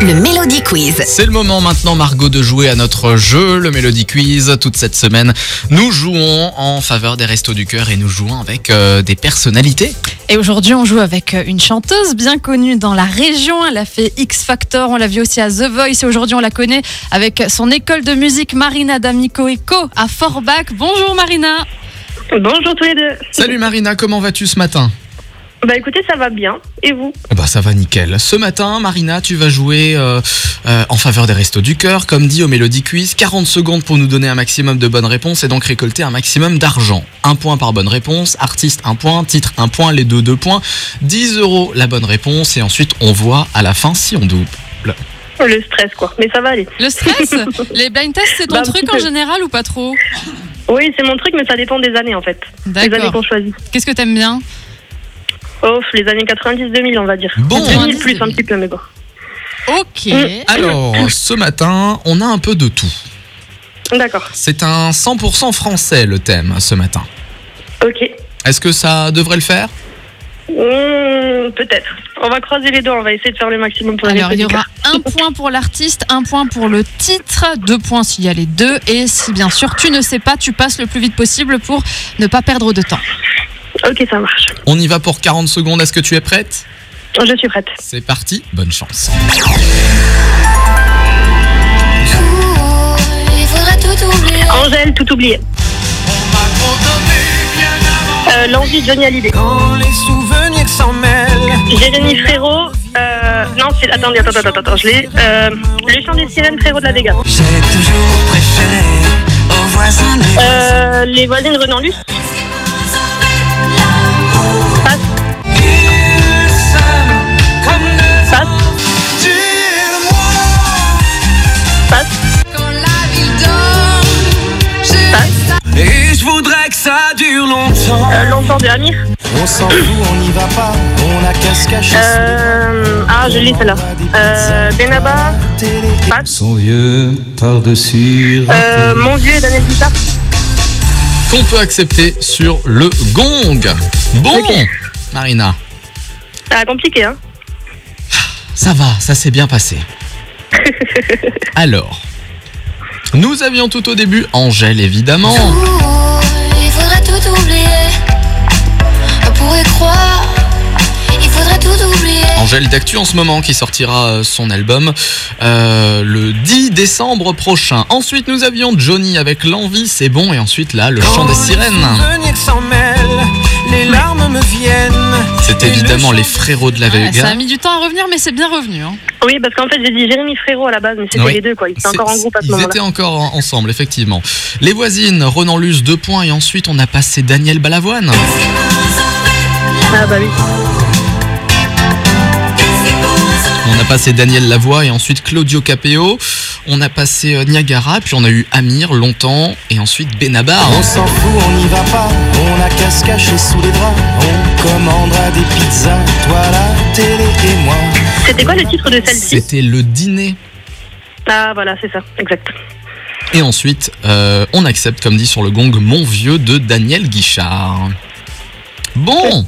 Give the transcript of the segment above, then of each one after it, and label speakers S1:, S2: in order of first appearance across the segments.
S1: Le Mélodie Quiz.
S2: C'est le moment maintenant, Margot, de jouer à notre jeu, le Melody Quiz. Toute cette semaine, nous jouons en faveur des Restos du Cœur et nous jouons avec euh, des personnalités.
S3: Et aujourd'hui, on joue avec euh, une chanteuse bien connue dans la région. Elle a fait X Factor, on l'a vu aussi à The Voice. Et aujourd'hui, on la connaît avec son école de musique Marina D'Amico et Co à Forbach. Bonjour Marina.
S4: Bonjour tous les deux.
S2: Salut Marina, comment vas-tu ce matin
S4: Bah écoutez, ça va bien. Et vous
S2: Eh ben, ça va nickel. Ce matin, Marina, tu vas jouer euh, euh, en faveur des Restos du Cœur, comme dit au Melody Quiz. 40 secondes pour nous donner un maximum de bonnes réponses et donc récolter un maximum d'argent. Un point par bonne réponse, artiste un point, titre un point, les deux deux points. 10 euros la bonne réponse et ensuite on voit à la fin si on double.
S4: Oh, Le stress, quoi. Mais ça va aller.
S3: Le stress Les blind tests, c'est ton
S4: Bah, un
S3: truc
S4: petit
S3: en
S4: peu.
S3: général ou pas trop
S4: Oui, c'est mon truc, mais ça dépend des années, en fait. Les années qu'on
S3: D'accord.
S4: choisit.
S3: Qu'est-ce que t'aimes bien
S4: Oh, les années 90-2000, on va dire.
S2: Bon.
S4: 2000 plus, un petit peu, mais bon.
S3: Ok.
S2: Mm. Alors, ce matin, on a un peu de tout.
S4: D'accord.
S2: C'est un 100% français le thème ce matin.
S4: Ok.
S2: Est-ce que ça devrait le faire
S4: Mmh, Peut-être. On va croiser les doigts, on va essayer de faire le maximum pour
S3: Alors,
S4: les
S3: il y
S4: petits
S3: aura
S4: cœurs.
S3: un point pour l'artiste, un point pour le titre, deux points s'il y a les deux. Et si bien sûr tu ne sais pas, tu passes le plus vite possible pour ne pas perdre de temps.
S4: Ok, ça marche.
S2: On y va pour 40 secondes. Est-ce que tu es prête
S4: Je suis prête.
S2: C'est parti. Bonne chance.
S5: Il faudra tout oublier.
S4: Angèle, tout oublié. Euh, L'envie de Johnny Hallyday.
S6: Quand les souvenirs s'en mêlent.
S4: Jérémy Frérot. Euh, non, c'est. Attendez, attends, attends, attends, attends, je l'ai. Euh, le chant des sirènes, Frérot de la Vega.
S6: J'ai toujours préféré aux voisins des
S4: Euh, les voisines Renan Luce. Passe,
S6: Ils sonnent comme le
S4: passe,
S6: dis-le-moi.
S4: passe.
S6: Et je voudrais que ça dure longtemps.
S4: Euh, longtemps de Amir.
S7: On s'en fout, on n'y va pas, on a qu'à se cacher.
S4: Euh, ah, je l'ai celle-là. Euh, Benaba. Passe.
S7: Son vieux par-dessus.
S4: Euh, mon Dieu, Daniel Guitar.
S2: Qu'on peut accepter sur le gong. Bon,
S4: Ok.
S2: Marina,
S4: Ah, compliqué, hein.
S2: ça va, ça s'est bien passé. Alors, nous avions tout au début Angèle évidemment.
S5: Il faudra tout oublier. On pourrait croire. Il faudra tout oublier.
S2: Angèle d'actu en ce moment qui sortira euh, son album euh, le 10 décembre prochain. Ensuite nous avions Johnny avec l'envie, c'est bon et ensuite là le chant des sirènes.
S6: Quand Les souvenirs s'en mêlent, les larmes me viennent.
S2: C'est
S6: Et le
S2: évidemment
S6: chant
S2: les frérots
S4: Ah,
S2: de la
S3: Ouais, ça a
S2: Vega.
S3: mis du temps à revenir, mais c'est bien revenu. hein.
S4: Oui, parce qu'en fait, j'ai dit Jérémy Frérot à la base, mais c'était
S2: Oui.
S4: les deux, quoi. Ils étaient
S2: C'est-
S4: encore en groupe à ce
S2: Ils
S4: moment-là.
S2: étaient encore en- ensemble, effectivement. Les voisines, Renan Luce, deux points, et ensuite on a passé Daniel Balavoine.
S4: Ah, bah oui.
S2: On a passé Daniel Lavoie et ensuite Claudio Capéo. On a passé euh, Niagara, puis on a eu Amir longtemps, et ensuite Benabar.
S7: On s'en fout, on n'y va pas, on a qu'à se cacher sous les draps. On commandera des pizzas, toi la télé et moi.
S4: C'était quoi le titre de celle-ci
S2: C'était le dîner.
S4: Ah, voilà, c'est ça, exact.
S2: Et ensuite, euh, on accepte, comme dit sur le gong, Mon vieux de Daniel Guichard. Bon,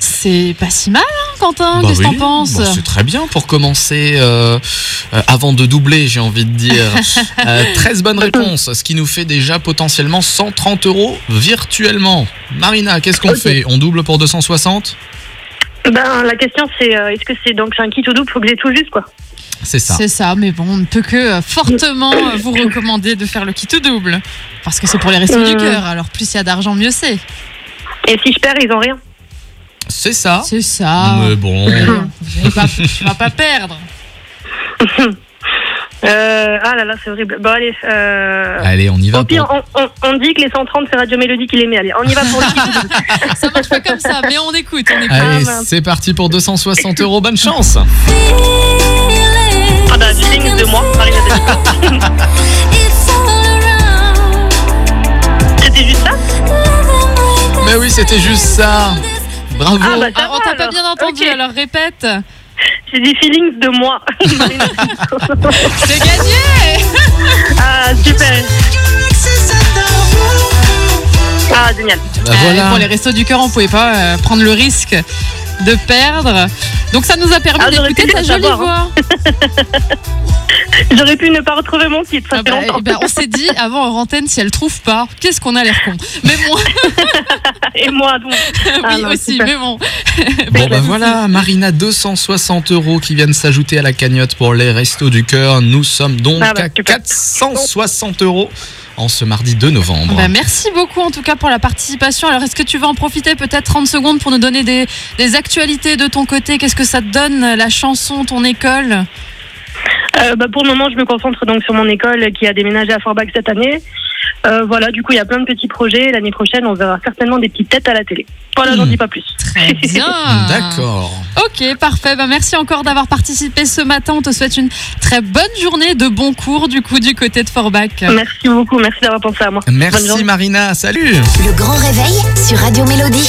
S3: C'est pas si mal, hein, Quentin
S2: Bah
S3: Qu'est-ce que
S2: oui.
S3: t'en penses
S2: Bon, C'est très bien pour commencer, euh, euh, avant de doubler, j'ai envie de dire. Euh, 13 bonnes réponses, ce qui nous fait déjà potentiellement 130 euros virtuellement. Marina, qu'est-ce qu'on
S4: Ok.
S2: fait On double pour 260
S4: Ben, la question, c'est euh, est-ce que c'est donc c'est un kit ou double Faut que j'ai tout juste, quoi.
S2: C'est ça.
S3: C'est ça, mais bon, on ne peut que euh, fortement euh, vous recommander de faire le kit double. Parce que c'est pour les restos du
S4: Euh.
S3: cœur, alors plus il y a d'argent, mieux c'est.
S4: Et si je perds, ils ont rien.
S2: C'est ça.
S3: C'est
S4: Ah.
S3: ça.
S2: Ah. Mais bon.
S3: Bon, vous allez pas- tu vas pas perdre.
S4: Euh, ah là là, c'est horrible. Bon, allez. Euh...
S2: Allez, on y va.
S4: Au pire,
S2: pour-
S4: on, on- on dit que les 130, c'est Radio Mélodie qui les met. Allez, on y va pour le kit double.
S3: Ça marche pas comme ça, mais on écoute, on écoute.
S2: Allez,
S4: Ah, mince.
S2: c'est parti pour 260 euros. Bonne chance.
S4: Ah, bah, jinx de moi, Marina Daniel.
S5: It's all around.
S4: C'était juste ça
S2: Mais oui, c'était juste ça. Bravo.
S4: Ah, bah, ça
S3: Ah, on
S4: va,
S3: t'a pas
S4: alors.
S3: bien entendu,
S4: Ok.
S3: alors répète.
S4: J'ai des feelings de moi.
S3: C'est gagné
S4: ah, super. Ah, génial.
S2: Bah,
S3: Euh, Pour les
S2: voilà.
S3: restos du cœur, on pouvait pas euh, prendre le risque de perdre. Donc ça nous a permis
S4: Ah, j'aurais
S3: d'écouter
S4: pu
S3: ta
S4: le
S3: jolie
S4: savoir, hein.
S3: voix.
S4: J'aurais pu ne pas retrouver mon titre, ça
S3: Ah bah,
S4: fait longtemps.
S3: eh ben, on s'est dit avant en antenne si elle trouve pas, qu'est-ce qu'on a l'air con. Mais moi,
S4: Et moi, donc. Ah
S3: oui
S4: non,
S3: aussi,
S4: super.
S3: mais bon.
S2: Bon bah voilà, Marina 260 euros qui viennent s'ajouter à la cagnotte pour les restos du cœur. Nous sommes donc
S4: Ah bah,
S2: à
S4: super.
S2: 460 euros en ce mardi 2 novembre.
S3: Bah, merci beaucoup en tout cas pour la participation. Alors est-ce que tu vas en profiter peut-être 30 secondes pour nous donner des, des actualités de ton côté Qu'est-ce que ça te donne la chanson, ton école
S4: Euh, bah, pour le moment, je me concentre donc sur mon école qui a déménagé à Forbach cette année. Euh, voilà, du coup, il y a plein de petits projets. L'année prochaine, on verra certainement des petites têtes à la télé. Voilà, j'en
S2: Hmm.
S4: dis pas plus.
S3: Très
S4: Ah bah,
S3: bien.
S2: D'accord.
S3: Ok, parfait. Bah, merci encore d'avoir participé ce matin. On te souhaite une très bonne journée de bons cours du coup du côté de Forbach.
S4: Merci beaucoup, merci d'avoir pensé à moi. Bonne journée.
S2: Merci Marina, salut
S1: Le grand réveil sur Radio Mélodie.